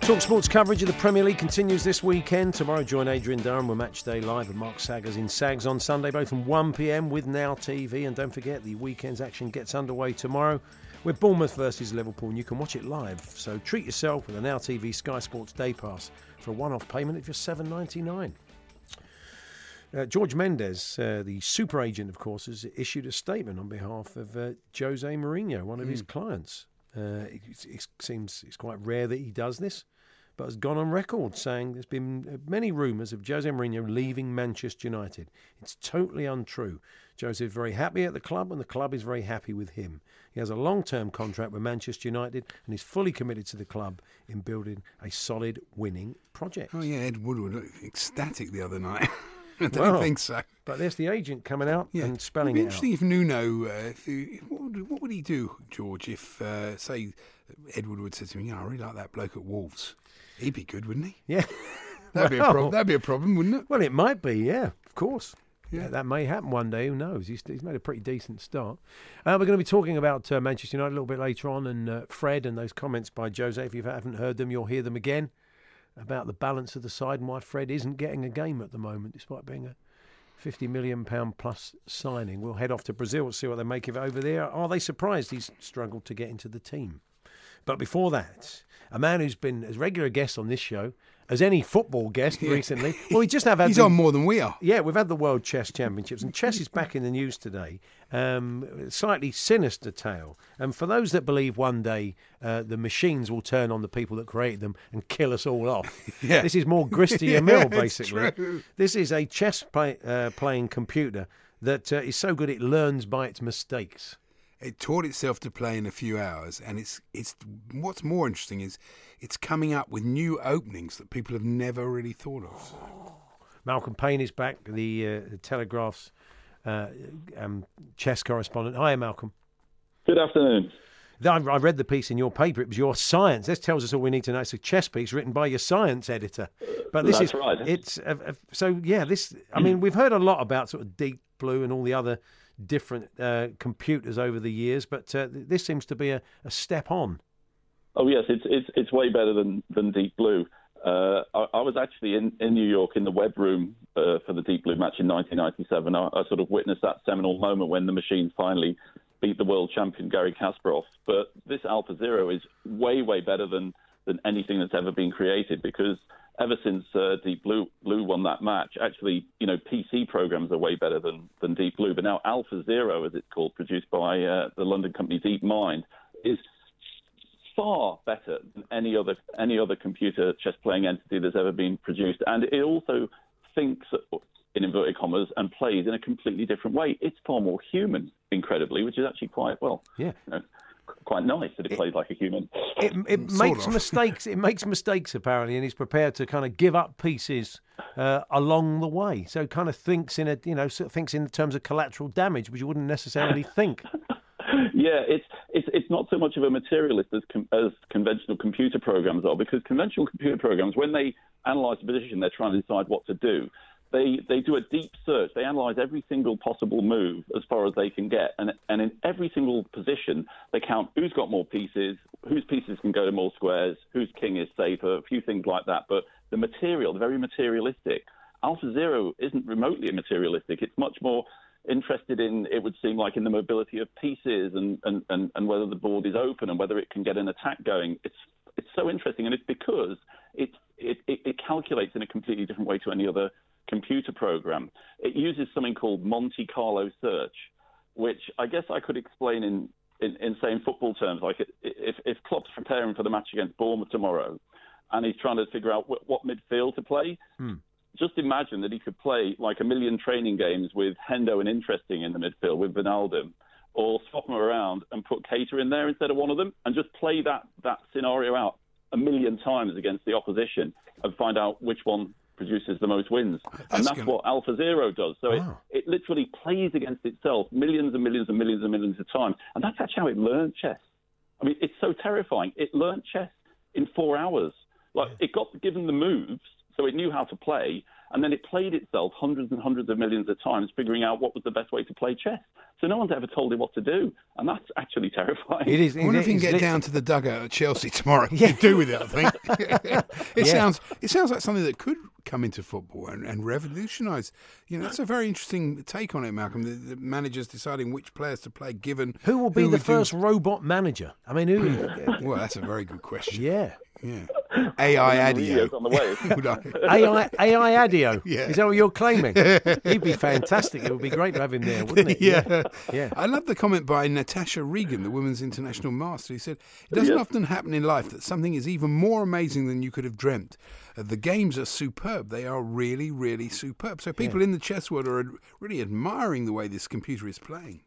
S2: Talk Sports coverage of the Premier League continues this weekend. Tomorrow, join Adrian Durham with Match Day Live and Mark Saggers in Sags on Sunday, both from 1 pm with Now TV. And don't forget, the weekend's action gets underway tomorrow with Bournemouth versus Liverpool, and you can watch it live. So treat yourself with a Now TV Sky Sports Day Pass for a one off payment of just seven ninety nine. Uh, George Mendes, uh, the super agent, of course, has issued a statement on behalf of uh, Jose Mourinho, one of his
S3: Hmm.
S2: clients. Uh, it, it seems it's quite rare that he does this, but has gone on record saying there's been uh, many rumours of Jose Mourinho leaving Manchester United. It's totally untrue. Jose is very happy at the club, and the club is very happy with him. He has a long term contract with Manchester United and is fully committed to the club in building a solid winning project.
S3: Oh, yeah, Ed Woodward looked ecstatic the other night. I don't
S2: Wow.
S3: think so.
S2: But there's the agent coming out
S3: Yeah.
S2: and spelling
S3: It'd be
S2: it out.
S3: interesting if Nuno, uh, if he, what, would, what would he do, George, if, uh, say, Ed Woodward said to me, yeah, I really like that bloke at Wolves. He'd be good, wouldn't he?
S2: Yeah.
S3: That'd, be, a
S2: Well-
S3: prob- that'd be a problem, wouldn't it?
S2: Well, it might be, yeah, of course. Yeah. that may happen one day. Who knows? He's, he's made a pretty decent start. Uh, we're going to be talking about uh, Manchester United a little bit later on, and uh, Fred and those comments by Jose. If you haven't heard them, you'll hear them again about the balance of the side and why Fred isn't getting a game at the moment, despite being a fifty million pound plus signing. We'll head off to Brazil, see what they make of it over there. Are they surprised he's struggled to get into the team? But before that, a man who's been as regular a guest on this show as any football guest recently. Well, we just have had
S3: He's
S2: the-
S3: on more than we are.
S2: yeah, we've had the World Chess Championships, and chess is back in the news today. Um, slightly sinister tale. And for those that believe one day uh, the machines will turn on the people that created them and kill us all off,
S3: Yeah.
S2: this is more gristly a
S3: Yeah,
S2: mill,
S3: it's
S2: basically.
S3: true.
S2: This is a chess play, uh, playing computer that uh, is so good it learns by its mistakes.
S3: It taught itself to play in a few hours, and it's it's what's more interesting is it's coming up with new openings that people have never really thought of.
S2: Malcolm Payne is back, the uh, Telegraph's uh, um, chess correspondent. Hiya, Malcolm.
S8: Good afternoon.
S2: I I read the piece in your paper. It was your science. This tells us all we need to know. It's a chess piece written by your science editor. But this
S8: That's
S2: is
S8: right.
S2: It's uh, uh, so yeah. This I mean, we've heard a lot about sort of Deep Blue and all the other different uh, computers over the years, but uh, th- this seems to be a, a step on.
S8: Oh yes, it's it's it's way better than than Deep Blue. Uh, I, I was actually in, in New York in the web room uh, for the Deep Blue match in 1997. I, I sort of witnessed that seminal moment when the machine finally beat the world champion Gary Kasparov. But this Alpha Zero is way way better than than anything that's ever been created because ever since uh, Deep Blue, Blue won that match, actually, you know, PC programs are way better than, than Deep Blue. But now Alpha Zero, as it's called, produced by uh, the London company DeepMind, is far better than any other any other computer chess playing entity that's ever been produced, and it also thinks in inverted commas and plays in a completely different way. It's far more human, incredibly, which is actually quite well,
S2: Yeah.
S8: you know, qu- quite nice that it, plays like a human.
S2: It, it
S8: Sort
S2: makes
S8: of.
S2: mistakes. It makes mistakes apparently, and he's prepared to kind of give up pieces uh, along the way. So kind of thinks in a you know sort of thinks in terms of collateral damage, which you wouldn't necessarily think.
S8: yeah, it's it's it's not so much of a materialist as com- as conventional computer programs are because conventional computer programs, when they analyze a position, they're trying to decide what to do. They they do a deep search. They analyze every single possible move as far as they can get, and and in every single position, they count who's got more pieces, whose pieces can go to more squares, whose king is safer, a few things like that. But the material, they're very materialistic. Alpha Zero isn't remotely materialistic. It's much more interested in, it would seem like, in the mobility of pieces and, and, and, and whether the board is open and whether it can get an attack going. It's it's so interesting, and it's because it it, it, it calculates in a completely different way to any other computer program. It uses something called Monte Carlo search, which I guess I could explain in, in, in saying football terms. Like i- if, if Klopp's preparing for the match against Bournemouth tomorrow, and he's trying to figure out wh- what midfield to play, just imagine that he could play like a million training games with Hendo and Interesting in the midfield with Vinaldum, or swap them around and put Cater in there instead of one of them, and just play that that scenario out a million times against the opposition and find out which one produces the most wins. and that's what Alpha Zero does. So it, it literally plays against itself millions and millions and millions and millions of times. And that's actually how it learned chess. I mean, it's so terrifying. It learned chess in four hours. Like it got given the moves, so it knew how to play, and then it played itself hundreds and hundreds of millions of times, figuring out what was the best way to play chess. So no one's ever told it what to do, and that's actually terrifying.
S3: I wonder if you can get down to the dugout at Chelsea tomorrow. You do with it, I think. it
S8: Yeah.
S3: sounds it sounds like something that could come into football and, and revolutionise. You know, that's a very interesting take on it, Malcolm. The, the managers deciding which players to play, given
S2: Who will be the
S3: would do-
S2: first robot manager? I mean, who?
S3: well, that's a very good question.
S2: Yeah.
S3: Yeah. AI
S2: Mourinho's
S3: Adio.
S2: on the way.
S3: Would I-
S2: AI, AI Adio.
S3: Yeah.
S2: Is that what you're claiming? He'd be fantastic. It would be great to have him there, wouldn't it?
S3: yeah.
S2: Yeah.
S3: I love the comment by Natasha Regan, the women's international master, who said, It doesn't often happen in life that something is even more amazing than you could have dreamt. Uh, the games are superb. They are really, really superb. So people in the chess world are ad- really admiring the way this computer is playing.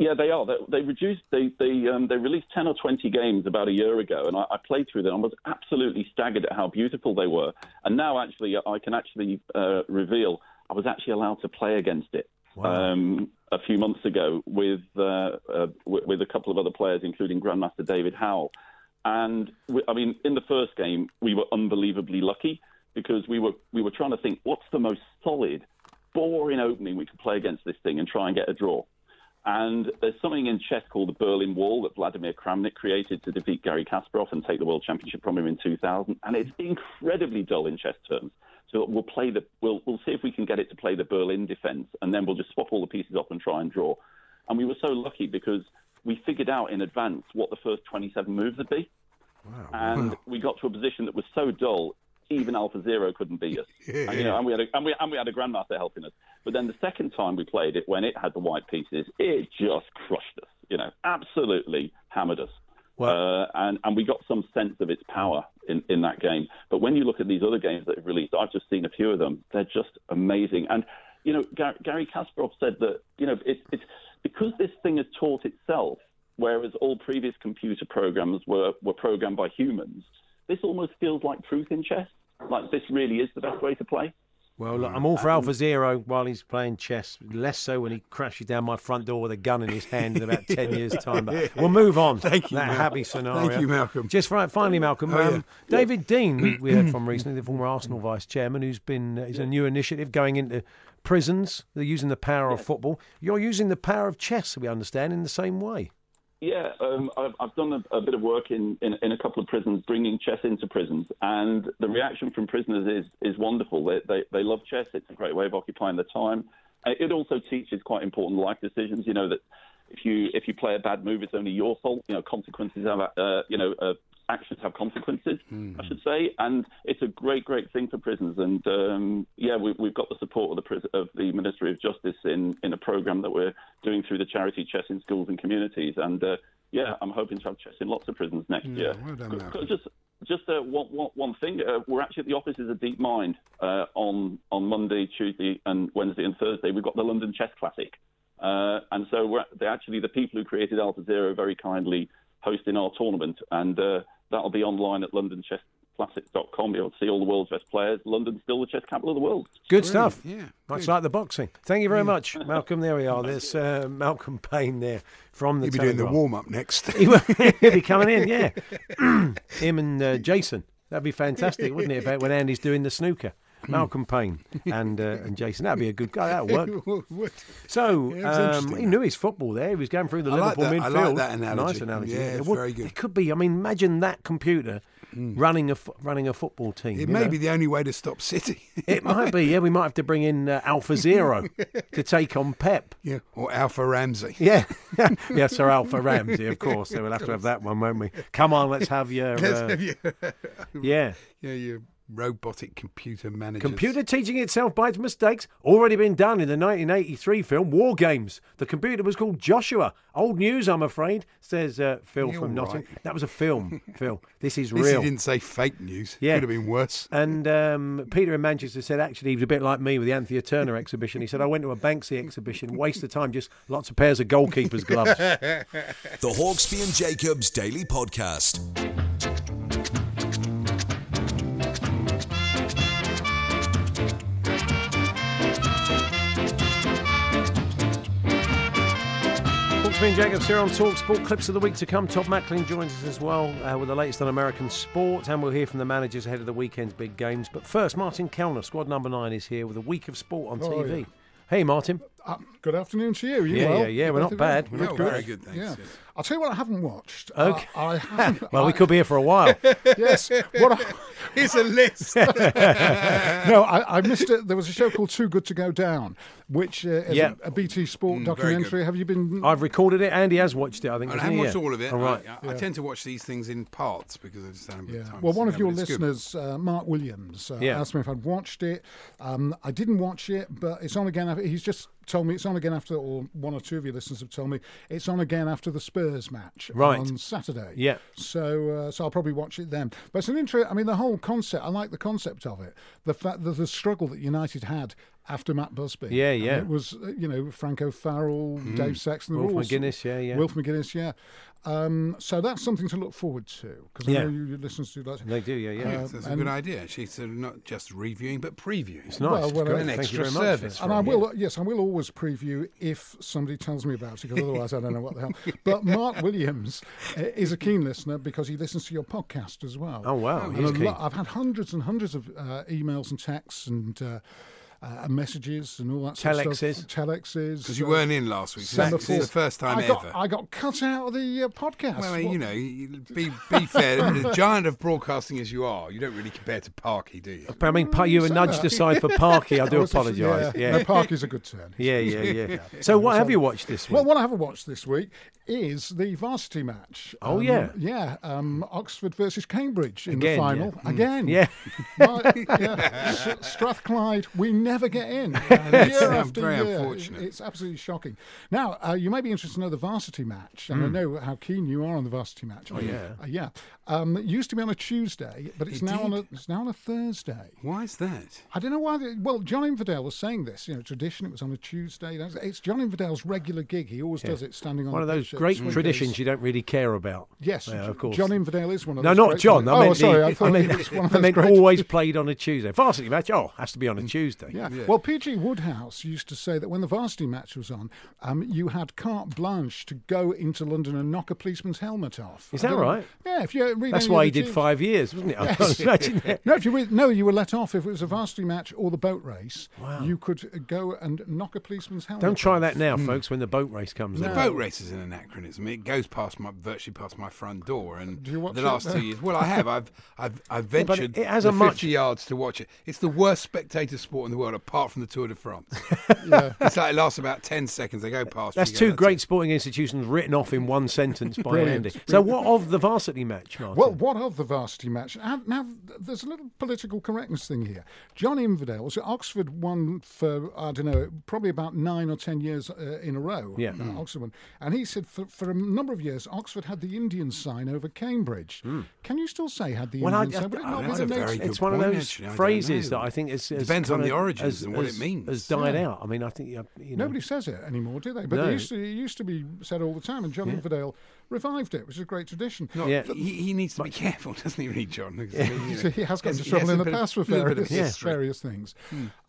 S8: Yeah, they are. They, they reduced. They they um, they released ten or twenty games about a year ago, and I, I played through them. I was absolutely staggered at how beautiful they were. And now, actually, I can actually uh, reveal I was actually allowed to play against it um, a few months ago with, uh, uh, with with a couple of other players, including Grandmaster David Howell. And we, I mean, in the first game, we were unbelievably lucky because we were we were trying to think what's the most solid, boring opening we could play against this thing and try and get a draw. And there's something in chess called the Berlin Wall that Vladimir Kramnik created to defeat Gary Kasparov and take the world championship from him in 2000. And it's incredibly dull in chess terms. So we'll play the we'll we'll see if we can get it to play the Berlin defense, and then we'll just swap all the pieces off and try and draw. And we were so lucky because we figured out in advance what the first 27 moves would be, and we got to a position that was so dull. Even Alpha Zero couldn't beat us, and, you know, and we had a, and we and we had a grandmaster helping us. But then the second time we played it, when it had the white pieces, it just crushed us. You know, absolutely hammered us. Uh, and, and we got some sense of its power in, in that game. But when you look at these other games that have released, I've just seen a few of them. They're just amazing. And, you know, Gar- Gary Kasparov said that, you know, it's it's because this thing has taught itself, whereas all previous computer programs were, were programmed by humans, this almost feels like truth in chess. Like this really is the best way to play.
S2: Well, look, I'm all for Alpha Zero while he's playing chess, less so when he crashes down my front door with a gun in his hand in about 10 years' time. But we'll move on. Thank
S3: you,
S2: That
S3: Mal.
S2: happy scenario.
S3: Thank you, Malcolm.
S2: Just right, finally, Malcolm.
S3: Oh,
S2: um, David Dean, we- we heard from recently, the former Arsenal vice chairman, who's been, uh, is a new initiative going into prisons. They're using the power of football. You're using the power of chess, we understand, in the same way.
S8: Yeah, um, I've, I've done a, a bit of work in, in, in a couple of prisons, bringing chess into prisons, and the reaction from prisoners is is wonderful. They, they they love chess. It's a great way of occupying their time. Uh, It also teaches quite important life decisions. You know that if you if you play a bad move, it's only your fault. You know consequences have uh, you know uh, actions have consequences. I should say, and it's a great great thing for prisons. And um, yeah, we, we've got the support of the pris- of the Ministry of Justice in in a program that we're doing through the charity Chess in Schools and Communities. And uh, yeah, I'm hoping to have chess in lots of prisons next year.
S2: Mm,
S3: well done,
S8: Could-
S3: Malcolm.
S8: could I just, just just uh, one, one, one thing. Uh, we're actually at the offices of Deep Mind uh, on on Monday, Tuesday, and Wednesday and Thursday. We've got the London Chess Classic, uh, and so we're they're actually the people who created Alpha Zero very kindly hosting our tournament, and uh, that'll be online at LondonChessClassic.com. You'll see all the world's best players. London's still the chess capital of the world.
S2: Good stuff. Yeah, much like the boxing. Thank you very much, Malcolm. There we are. There's uh, Malcolm Payne there from the.
S3: He'll be doing the
S2: Telegraph.
S3: warm up next.
S2: he will he'll be coming in. Yeah, him and uh, Jason. That'd be fantastic, wouldn't it? About when Andy's doing the snooker. Malcolm Payne and uh, and Jason. That'd be a good guy. That'd work. So
S3: Yeah, it's
S2: um,
S3: interesting,
S2: he knew his football there. He was going through the
S3: I like
S2: Liverpool
S3: that- I
S2: midfield.
S3: like that analogy.
S2: Nice analogy.
S3: Yeah,
S2: it
S3: it's very good. Mm.
S2: It could be. I mean, imagine that computer running a fo- running a football team.
S3: It
S2: you
S3: may
S2: know.
S3: be the only way to stop City.
S2: It might be. Yeah, we might have to bring in uh, Alpha Zero to take on Pep.
S3: Yeah, or Alpha Ramsey.
S2: Yeah, yeah, Sir Alpha Ramsey, of course. So we'll have to have that one, won't we? Come on, let's have your.
S3: Let's
S2: uh,
S3: have your-
S2: yeah.
S3: yeah, your robotic computer manager.
S2: Computer teaching itself by its mistakes already been done in the 1983 film War Games. The computer was called Joshua. Old news, I'm afraid, says uh, Phil
S3: You're
S2: from Nottingham.
S3: right.
S2: That was a film, Phil. This is
S3: At least
S2: real.
S3: he didn't say fake news.
S2: Yeah.
S3: Could have been worse.
S2: And um, Peter in Manchester said, actually, he was a bit like me with the Anthea Turner exhibition. He said, I went to a Banksy exhibition, waste of time, just lots of pairs of goalkeepers' gloves.
S4: The Hawksby and Jacobs Daily Podcast.
S2: Hawksby and Jacobs here on Talk Sport. Clips of the week to come. Todd Macklin joins us as well uh, with the latest on American sport, and we'll hear from the managers ahead of the weekend's big games. But first, Martin Kellner, squad number nine, is here with a week of sport on
S10: Oh,
S2: TV.
S10: yeah. Uh,
S2: Hey, Martin.
S10: Good afternoon to you. You
S2: Yeah,
S10: well?
S2: yeah, yeah, we're not
S10: Everything
S2: bad.
S10: good?
S2: We're not
S10: Yeah,
S2: good.
S3: Very good, thanks,
S10: Yeah.
S3: yes.
S10: I'll tell you what I haven't watched.
S2: Okay.
S10: I, I haven't.
S2: well,
S10: I-
S2: we could be here for a while.
S10: yes. What I,
S3: Here's a list.
S10: no, I, I missed it. There was a show called Too Good to Go Down, which uh, is
S2: Yeah.
S10: a, a BT Sport
S3: Mm, very
S10: documentary. Have you been?
S2: I've recorded it. Andy has watched it, I think.
S3: I
S2: hasn't
S3: haven't
S2: he?
S3: watched
S2: Yeah.
S3: all of it.
S2: All right.
S3: I, I tend to watch these things in parts because I just don't have
S10: Yeah.
S3: time.
S10: Well,
S3: to
S10: one
S3: sit down,
S10: of your
S3: but it's good.
S10: listeners, uh, Mark Williams, uh,
S2: Yeah.
S10: asked me if I'd watched it. Um, I didn't watch it, but Uh, it's on again. af- He's just told me it's on again after, or one or two of your listeners have told me it's on again after the Spurs match
S2: Right.
S10: on Saturday.
S2: Yeah.
S10: So, uh, so I'll probably watch it then. But it's an intro. I mean, the whole concept. I like the concept of it. The fact that the struggle that United had after Matt Busby.
S2: Yeah,
S10: And
S2: yeah. Hmm. Oh
S10: It was uh, you know Franco Farrell, Dave Sexton,
S2: Wilf
S10: they're all s-
S2: McGuinness, yeah, yeah.
S10: Wilf McGuinness, yeah. Um, so that's something to look forward to because
S2: Yeah.
S10: I know you, you listen to that.
S2: They do, yeah, yeah.
S3: Yeah, that's a
S10: um, and-
S3: good idea. Actually, so not just reviewing but previewing. It's
S2: nice.
S10: Well,
S2: It's
S10: well,
S2: great.
S10: an
S2: Thank you
S3: extra
S2: very much. for
S3: service
S2: that.
S10: And I will, yes, I will always preview if somebody tells me about it, because otherwise I don't know what the hell. But Mark Williams uh, is a keen listener because he listens to your podcast as well.
S2: Oh, wow,
S10: And
S2: he's
S10: a
S2: keen.
S10: lot- I've had hundreds and hundreds of uh, emails and texts and. Uh, uh, messages and all that sort of
S2: Telexes.
S10: stuff. Telexes.
S3: Because you weren't in last week.
S10: Send
S3: So this is the
S10: before.
S3: first time
S10: I got,
S3: ever.
S10: I got cut out of the uh, podcast.
S3: well, I mean,
S10: What-
S3: you know, you- be be fair. the giant of broadcasting as you are, you don't really compare to Parky, do you?
S2: I mean, put you a
S10: say
S2: nudge
S10: that.
S2: aside for Parky. I do
S10: uh, was actually-
S2: apologise.
S10: Yeah, No,
S2: Yeah.
S10: Park is a good turn.
S2: yeah, yeah, yeah. So, what have you watched this week?
S10: Well, what I haven't watched this week is the varsity match.
S2: Oh,
S10: Um,
S2: yeah.
S10: yeah. Um, Oxford versus Cambridge in
S2: Again,
S10: the final
S2: yeah. Mm.
S10: again.
S2: Yeah.
S10: Right, yeah. S- Strathclyde, we never get in. Uh, year
S3: um,
S10: after
S3: very
S10: year.
S3: unfortunate.
S10: It's absolutely shocking. Now, uh, you may be interested to know the varsity match,
S2: Hmm.
S10: and I know how keen you are on the varsity match. Oh
S2: yeah.
S10: uh, yeah. Um, it used to be on a Tuesday, but it's
S3: It
S10: now on
S3: did?
S10: a it's now on a Thursday.
S3: Why is that?
S10: I don't know why. They, well, John Inverdale was saying this. You know, tradition. It was on a Tuesday. That's- It's John Inverdale's regular gig. He always does it standing on
S2: One
S10: the
S2: of those
S10: pitch at
S2: great
S10: Swingers.
S2: traditions you don't really care about.
S10: Yes,
S2: Yeah, of course.
S10: John Inverdale is one of
S2: No,
S10: those.
S2: not
S10: great
S2: John. I
S10: traditions.
S2: meant,
S10: oh, sorry. I thought
S2: I
S10: it
S2: meant,
S10: was one of
S2: I
S10: those
S2: meant
S10: great
S2: always played on a Tuesday. Varsity match, oh, has to be on a Tuesday.
S10: Yeah. Well, PG Woodhouse used to say that when the varsity match was on, um, you had carte blanche to go into London and knock a policeman's helmet off.
S2: Is
S10: I
S2: that
S10: don't-
S2: right?
S10: Yeah. If you read
S2: That's
S10: any of
S2: why
S10: the
S2: he did
S10: Chiefs-
S2: five years, wasn't it? I can't imagine that.
S10: No, if you read, no, you were let off if it was a varsity match or the boat race. Wow. You could uh, go and knock a policeman's helmet.
S2: Don't try
S10: off.
S2: that now, folks, when the boat race comes
S3: The
S2: on.
S10: Um,
S3: boat race is an anachronism. It goes past my virtually past my front door, and
S10: Do you watch
S3: the
S10: it?
S3: last two years. Well, I have. I've I've, I've
S2: but
S3: ventured
S2: it has
S3: the
S2: a much-
S3: fifty yards to watch it. It's the worst spectator sport in the world apart from the Tour de France. It's like it lasts about 10 seconds. They go past.
S2: That's
S3: you go,
S2: two great sporting institutions written off in one sentence by
S10: Brilliant.
S2: Andy. So, what of the varsity match, Martin?
S10: Well, what of the varsity match? And now, th- there's a little political correctness thing here. John Inverdale, so Oxford won for, I don't know, probably about nine or ten years uh, in a row.
S2: Yeah.
S10: uh,
S2: Mm.
S10: Oxford won. And he said for, for a number of years, Oxford had the Indian sign over Cambridge. Can you still say had the
S2: Hmm. Well, I-
S10: Indian
S2: I-
S10: sign? Would it
S2: I-
S10: not be
S2: that's
S10: the
S2: a very
S10: native-
S2: good It's one of point, those actually. I don't phrases know. that I think is- is
S3: Depends on
S2: kinda-
S3: the origins
S2: has-
S3: and what
S2: has-
S3: it means.
S2: has died
S10: Yeah.
S2: out. I mean, I think you you know.
S10: Nobody says it anymore, do they? But
S2: No.
S10: it, used to, it used to be said all the time, and John
S2: Yeah.
S10: Inverdale revived it, which is a great tradition.
S3: No,
S2: Yeah.
S3: he, he needs to be careful, doesn't he, really, John? 'Cause, you know,
S10: So he has got
S3: yes,
S10: into
S3: he
S10: trouble
S3: has
S10: in
S3: a
S10: the
S3: bit of-
S10: past for
S3: little bit of
S10: various,
S3: history.
S10: various things.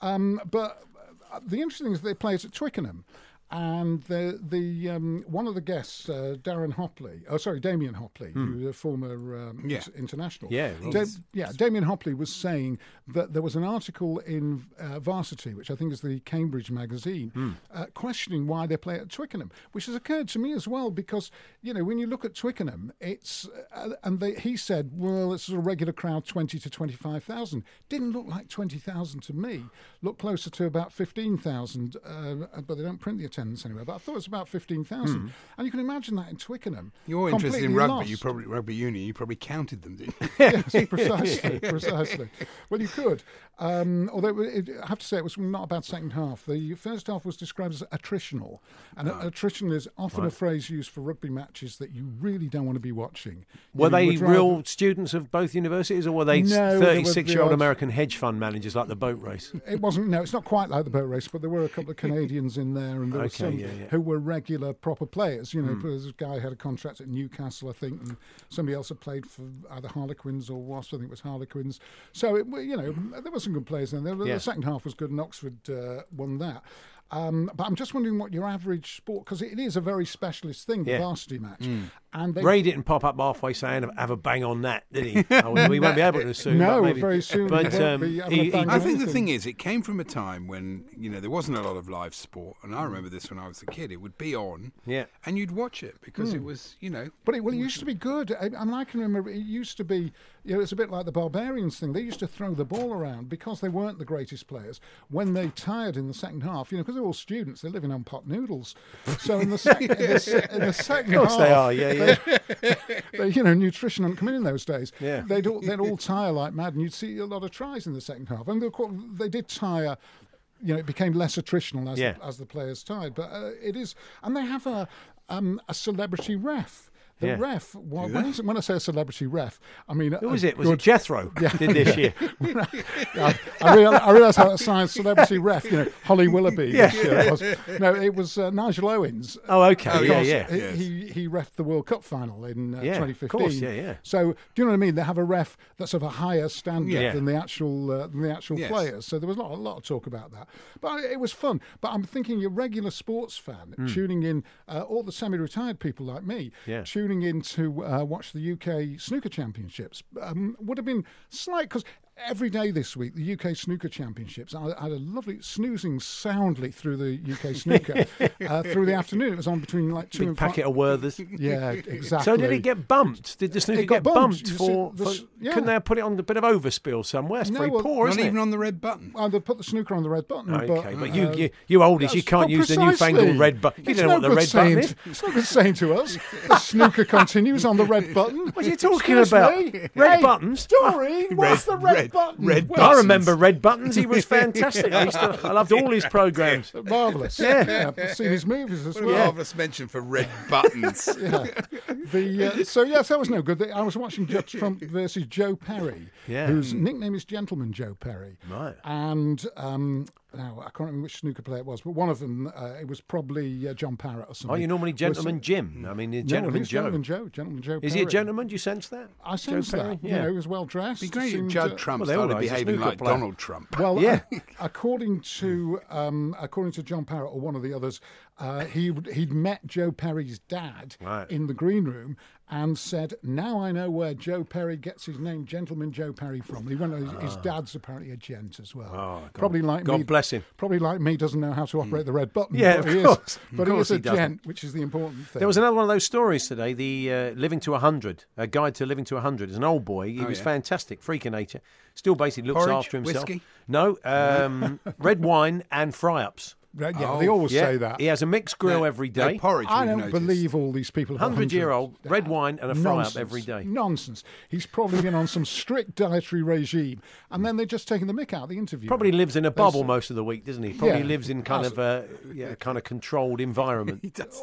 S10: Um, but uh, the interesting thing is they play it at Twickenham. And the the um, one of the guests, uh, Darren Hopley, oh sorry, Damien Hopley, who's a former um,
S3: Yeah.
S10: int- international.
S2: Hmm. Yeah,
S10: Da-
S2: he's-
S10: yeah. Damien Hopley was saying that there was an article in uh, Varsity, which I think is the Cambridge magazine,
S2: Hmm.
S10: uh, questioning why they play at Twickenham, which has occurred to me as well because you know when you look at Twickenham, it's uh, and they, he said, well, it's a regular crowd, twenty to twenty-five thousand. Didn't look like twenty thousand to me. Looked closer to about fifteen thousand, uh, but they don't print the attendance anywhere. But I thought it was about fifteen thousand, and you can imagine that in Twickenham.
S3: You're interested in
S10: completely
S3: rugby. You
S10: lost.
S3: probably rugby union. You probably counted them, didn't you?
S10: yes, precisely, precisely. Well, you could. Um, although it, I have to say, it was not a bad second half. The first half was described as attritional, and attritional is often a phrase used for rugby matches that you really don't want to be watching. You
S2: Were
S10: know, you
S2: they
S10: would rather-
S2: real students of both universities, or were they
S10: No, they were
S2: 36 year old
S10: the odd-
S2: American hedge fund managers like the boat race?
S10: It wasn't. No, it's not quite like the boat race, but there were a couple of Canadians in there, and there were
S2: Okay,
S10: some
S2: yeah, yeah.
S10: who were regular proper players. You know, there's a guy who had a contract at Newcastle, I think, and somebody else had played for either Harlequins or Wasps. I think it was Harlequins. So it, you know, there were some good players in there. The,
S2: Yeah.
S10: the second half was good, and Oxford uh, won that. Um, but I'm just wondering what your average sport, because it is a very specialist thing, the
S2: Yeah. Mm.
S10: varsity match, and they
S2: Ray didn't pop up halfway saying, have a bang on that, did he? Oh, well, we won't be able to soon.
S10: No,
S2: but maybe.
S10: very soon we
S2: But
S10: won't
S2: um,
S10: be having a
S2: he,
S10: bang
S3: I
S10: on
S2: he,
S3: think the
S10: anything.
S3: thing is, it came from a time when you know there wasn't a lot of live sport, and I
S10: Hmm.
S3: remember this when I was a kid. It would be on,
S2: Yeah.
S3: and you'd watch it because it was, you know,
S10: Hmm. But it, well, it used to be good. I, I mean, I can remember it used to be, you know, it's a bit like the Barbarians thing. They used to throw the ball around because they weren't the greatest players. When they tired in the second half, you know, because they're all students, they're living on pot noodles. So in the, sec- in the, se- in the second
S2: Of course
S10: half,
S2: they are, yeah, yeah.
S10: they- you know, nutrition hadn't come in in those days.
S2: Yeah.
S10: They'd all, they'd all tire like mad, and you'd see a lot of tries in the second half. And of course, they did tire. You know, it became less attritional as,
S2: Yeah.
S10: the, as the players tired. But uh, it is, and they have a um, a celebrity ref. The
S2: Yeah.
S10: ref. Well, when, I, s- when I say a celebrity ref, I mean uh,
S2: who
S10: a
S2: was it? Was it
S10: good-
S2: Jethro did this year?
S10: I, I, realize, I realize how that sounds. Celebrity ref. You know, Holly Willoughby.
S2: Yeah.
S10: this year was. No, it was uh, Nigel Owens.
S2: Oh, okay. yeah,
S10: because
S2: yeah.
S10: He, he he refed the World Cup final in uh,
S2: Yeah, of
S10: 2015.
S2: course, yeah, yeah.
S10: So do you know what I mean? They have a ref that's of a higher standard
S2: Yeah.
S10: than the actual uh, than the actual
S3: Yes.
S10: players. So there was a lot, a lot of talk about that, but it was fun. But I'm thinking your regular sports fan tuning in, uh, all the semi-retired people like me,
S2: Yeah.
S10: tuning in to uh, watch the UK snooker championships um, would have been slight because. Every day this week, the UK Snooker Championships. I, I had a lovely snoozing soundly through the UK Snooker uh, through the afternoon. It was on between like two
S2: Big
S10: and five.
S2: packet of Werthers.
S10: Yeah, exactly.
S2: So did it get bumped? Did the snooker
S10: It got
S2: get
S10: bumped.
S2: bumped,
S10: You see,
S2: for?
S10: the
S2: for-
S10: s- yeah.
S2: Couldn't they have put it on a bit of overspill somewhere? It's
S10: No,
S2: very
S10: well,
S2: poor,
S3: not
S2: isn't
S3: even
S2: it?
S3: on the red button.
S10: Well, they put the snooker on the red button.
S2: Okay, but
S10: uh,
S2: you, you, you oldies, you
S10: that's-
S2: can't
S10: but
S2: use the
S10: precisely.
S2: newfangled red button. You
S10: It's
S2: don't know what the
S10: no good
S2: red
S10: saying
S2: button
S10: to-
S2: is.
S10: It's no good saying to us. The snooker continues on the red button.
S2: What are you talking
S10: Excuse
S2: about?
S10: me?
S2: Red
S10: Hey,
S2: buttons?
S10: Story. What's the red,
S3: red-
S10: button?
S3: red
S10: Well,
S2: I remember Red Buttons. He was fantastic. I, used to, I loved all his programs.
S10: Marvelous.
S2: Yeah.
S10: I've seen his movies as
S3: What a
S10: well.
S3: marvelous mention for red buttons.
S10: Yeah. The, uh, so yes, that was no good. I was watching Judge Trump versus Joe Perry,
S2: Yeah. Hmm.
S10: whose nickname is Gentleman Joe Perry.
S2: Right.
S10: And um, now I can't remember which snooker player it was, but one of them uh, it was probably uh, John Parrott or something.
S2: Are Oh, you normally
S10: Was-
S2: Gentleman Jim? I mean, you're
S10: No,
S2: Gentleman
S10: he's
S2: Joe.
S10: Gentleman Joe. Gentleman Joe.
S2: Is he a
S10: Perry.
S2: gentleman? Do you sense that?
S10: I
S2: Joe
S10: sense
S2: Perry?
S10: that. Yeah. You know, he was well dressed.
S3: It'd be great if
S10: seemed,
S3: Judd
S10: uh,
S3: Trump
S2: Well, they all
S3: started
S2: are. He's a
S3: behaving
S2: snooker
S3: like
S2: player.
S3: Donald Trump.
S10: Well,
S2: Yeah.
S10: um, uh, according to um, according to John Parrott or one of the others, Uh, he he'd met Joe Perry's dad
S2: Right.
S10: in the green room and said, "Now I know where Joe Perry gets his name, Gentleman Joe Perry, from." He went, his, his
S2: Ah.
S10: dad's apparently a gent as well.
S2: Oh, God-
S10: probably like
S2: God
S10: me,
S2: bless him. Hmm.
S10: Probably like me, doesn't know how to operate the red button.
S2: Yeah,
S10: but
S2: of
S10: he
S2: course.
S10: Is,
S2: Of
S10: but
S2: course
S10: he
S2: he
S10: is a
S2: doesn't.
S10: gent, which is the important thing.
S2: There was another one of those stories today, the uh, Living to 100, A Guide to Living to 100. As an old boy, he
S3: Oh,
S2: was
S3: yeah.
S2: fantastic, freak of nature. Still basically looks
S3: Porridge?
S2: after himself.
S3: Whiskey?
S2: No, um, red wine and fry-ups. Oh,
S10: Right, yeah, they always say that.
S2: He has a mixed grill every day.
S10: I don't believe all these people. have
S2: 100 year old, red wine and a
S10: Nonsense.
S2: fry-up every day.
S10: Nonsense. He's probably been on some strict dietary regime, and then they're just taking the mick out of the interview.
S2: Probably lives in a bubble most of the week, doesn't he? Probably
S10: Yeah.
S2: lives in kind of a yeah, kind of controlled environment.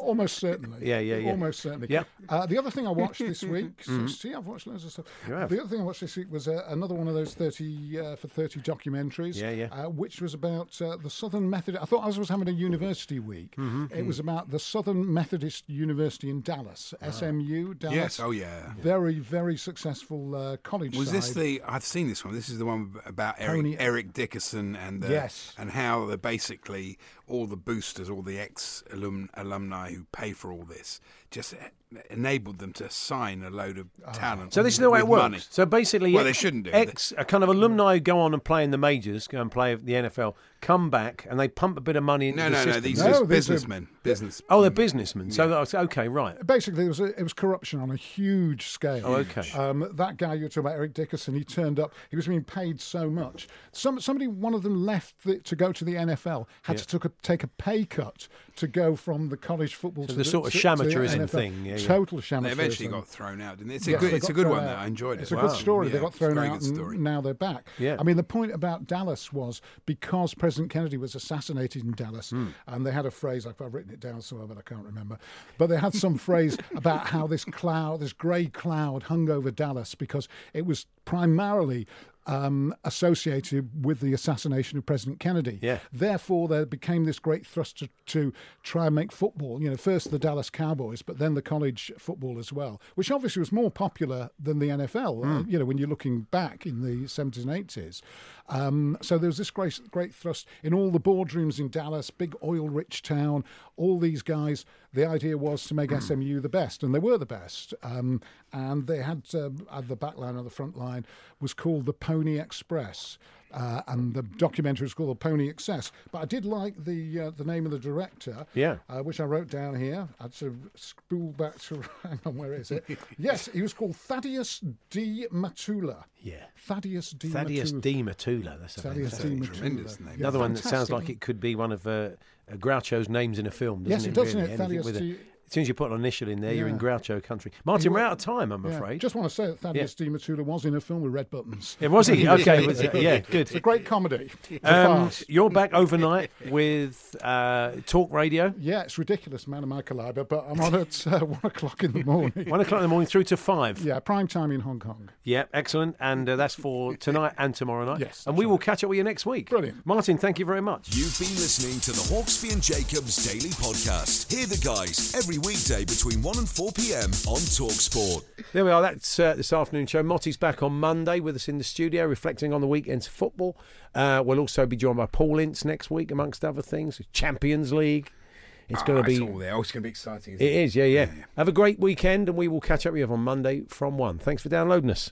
S10: Almost certainly.
S2: Yeah, yeah, yeah.
S10: Almost certainly.
S2: Yep.
S10: Uh, the other thing I watched this week. so-
S2: Mm.
S10: See, I've watched loads of stuff.
S2: You have.
S10: The other thing I watched this week was uh, another one of those thirty uh, for thirty documentaries.
S2: Yeah, yeah.
S10: Uh, which was about uh, the Southern Methodist. I thought I was having a university week.
S3: Mhm.
S10: It was about the Southern Methodist University in Dallas, SMU. Dallas.
S3: Yes, oh, yeah.
S10: Very, very successful uh, college.
S3: Was this
S10: side.
S3: the? I've seen this one. This is the one about
S10: Tony-
S3: Eric, Eric Dickerson and the,
S10: Yes.
S3: and how the basically all the boosters, all the ex alum, alumni who pay for all this, just e-, enabled them to sign a load of
S10: Ah.
S3: talent.
S2: So this is the way it
S3: with
S2: works.
S3: money.
S2: So basically,
S3: well,
S2: ex-
S3: they shouldn't do.
S2: Ex, a kind of alumni who go on and play in the majors, go and play the NFL, come back, and they pump a bit of money into
S3: no,
S2: the
S3: no, no.
S2: system.
S3: These are businessmen. Business.
S2: Oh, they're businessmen. So that's okay, right?
S10: Basically, it was it was corruption on a huge scale.
S2: Oh, okay.
S10: Um, that guy you're talking about, Eric Dickerson, he turned up. He was being paid so much. Some somebody, one of them left the, to go to the NFL, had
S2: Yeah.
S10: to took a, take a pay cut to go from the college football
S2: So
S10: to
S2: the sort of
S10: to- to the
S2: shamateurism
S10: NFL.
S2: thing, yeah, yeah.
S10: Total shamateurism.
S3: They eventually got thrown out, didn't they? It's a
S10: Yes,
S3: good.
S10: they
S3: It's a
S10: got
S3: good
S10: thrown
S3: one.
S10: out.
S3: Though. I enjoyed it.
S10: It's a good story. They got thrown
S3: very
S10: out,
S3: Good
S10: and
S3: story.
S10: now they're back.
S3: Yeah.
S10: I mean, the point about Dallas was because President Kennedy was assassinated in Dallas, and they had a phrase. I've, I've written it down somewhere, but I can't remember. But they had some phrase about how this cloud, this grey cloud, hung over Dallas because it was primarily. Um, associated with the assassination of President Kennedy.
S2: Yeah.
S10: Therefore, there became this great thrust to, to try and make football. You know, first the Dallas Cowboys, but then the college football as well, which obviously was more popular than the NFL. uh,
S2: Mm.
S10: you know, when you're looking back in the 70s and 80s, um, so there was this great, great thrust in all the boardrooms in Dallas, big oil-rich town. All these guys, the idea was to make SMU the best, and they were the best. Um, and they had, uh, had the back line or the front line was called the Pony Express uh, and the documentary is called The Pony Excess. But I did like the uh, the name of the director.
S2: Yeah.
S10: Uh, which I wrote down here. I had to spool back to hang on, where is it? yes, he was called Thaddeus D. Matula.
S2: Yeah.
S10: Thaddeus D.
S2: Thaddeus
S10: Matula.
S2: D. Matula. That's a
S10: Thaddeus
S2: fantastic
S10: D.
S2: name.
S10: Matula. Tremendous name.
S2: Another
S10: Yeah,
S2: one that sounds
S10: fantastic
S2: like
S10: name.
S2: it could be one of uh, uh, Groucho's names in a film. Doesn't
S10: Yes, it
S2: it
S10: does, doesn't
S2: really?
S10: it?
S2: Anything
S10: Thaddeus
S2: with a-
S10: D.
S2: As soon as you put an initial in there, you're in
S10: Yeah.
S2: Groucho country. Martin,
S10: You
S2: we're
S10: were-
S2: out of time, I'm
S10: Yeah.
S2: afraid.
S10: Just want to say that Thaddeus D. Matula was in a film with red buttons.
S2: Yeah, was he? Okay, was it? Yeah, good.
S10: It's a great comedy. It's a
S2: Um,
S10: farce.
S2: you're back overnight with uh, Talk Radio.
S10: Yeah, it's ridiculous, man of my caliber, but I'm on at uh, one o'clock in the morning.
S2: One o'clock in the morning through to five.
S10: Yeah, prime time in Hong Kong.
S2: Yeah, excellent. And uh, that's for tonight and tomorrow night. Yes. And we will catch up with you next week. Brilliant. Martin, thank you very much.
S4: You've been listening to the Hawksby and Jacobs Daily Podcast. Hear the guys every weekday between 1 and 4 p.m. on Talksport.
S2: There we are. That's uh, this afternoon show. Motty's back on Monday with us in the studio, reflecting on the weekend's football. Uh, we'll also be joined by Paul Ince next week, amongst other things. Champions League. It's going to
S3: Ah,
S2: be.
S3: all there. Oh, it's going to be exciting.
S2: It
S3: Isn't it?
S2: is, yeah, yeah. Have a great weekend, and we will catch up with you on Monday from one. Thanks for downloading us.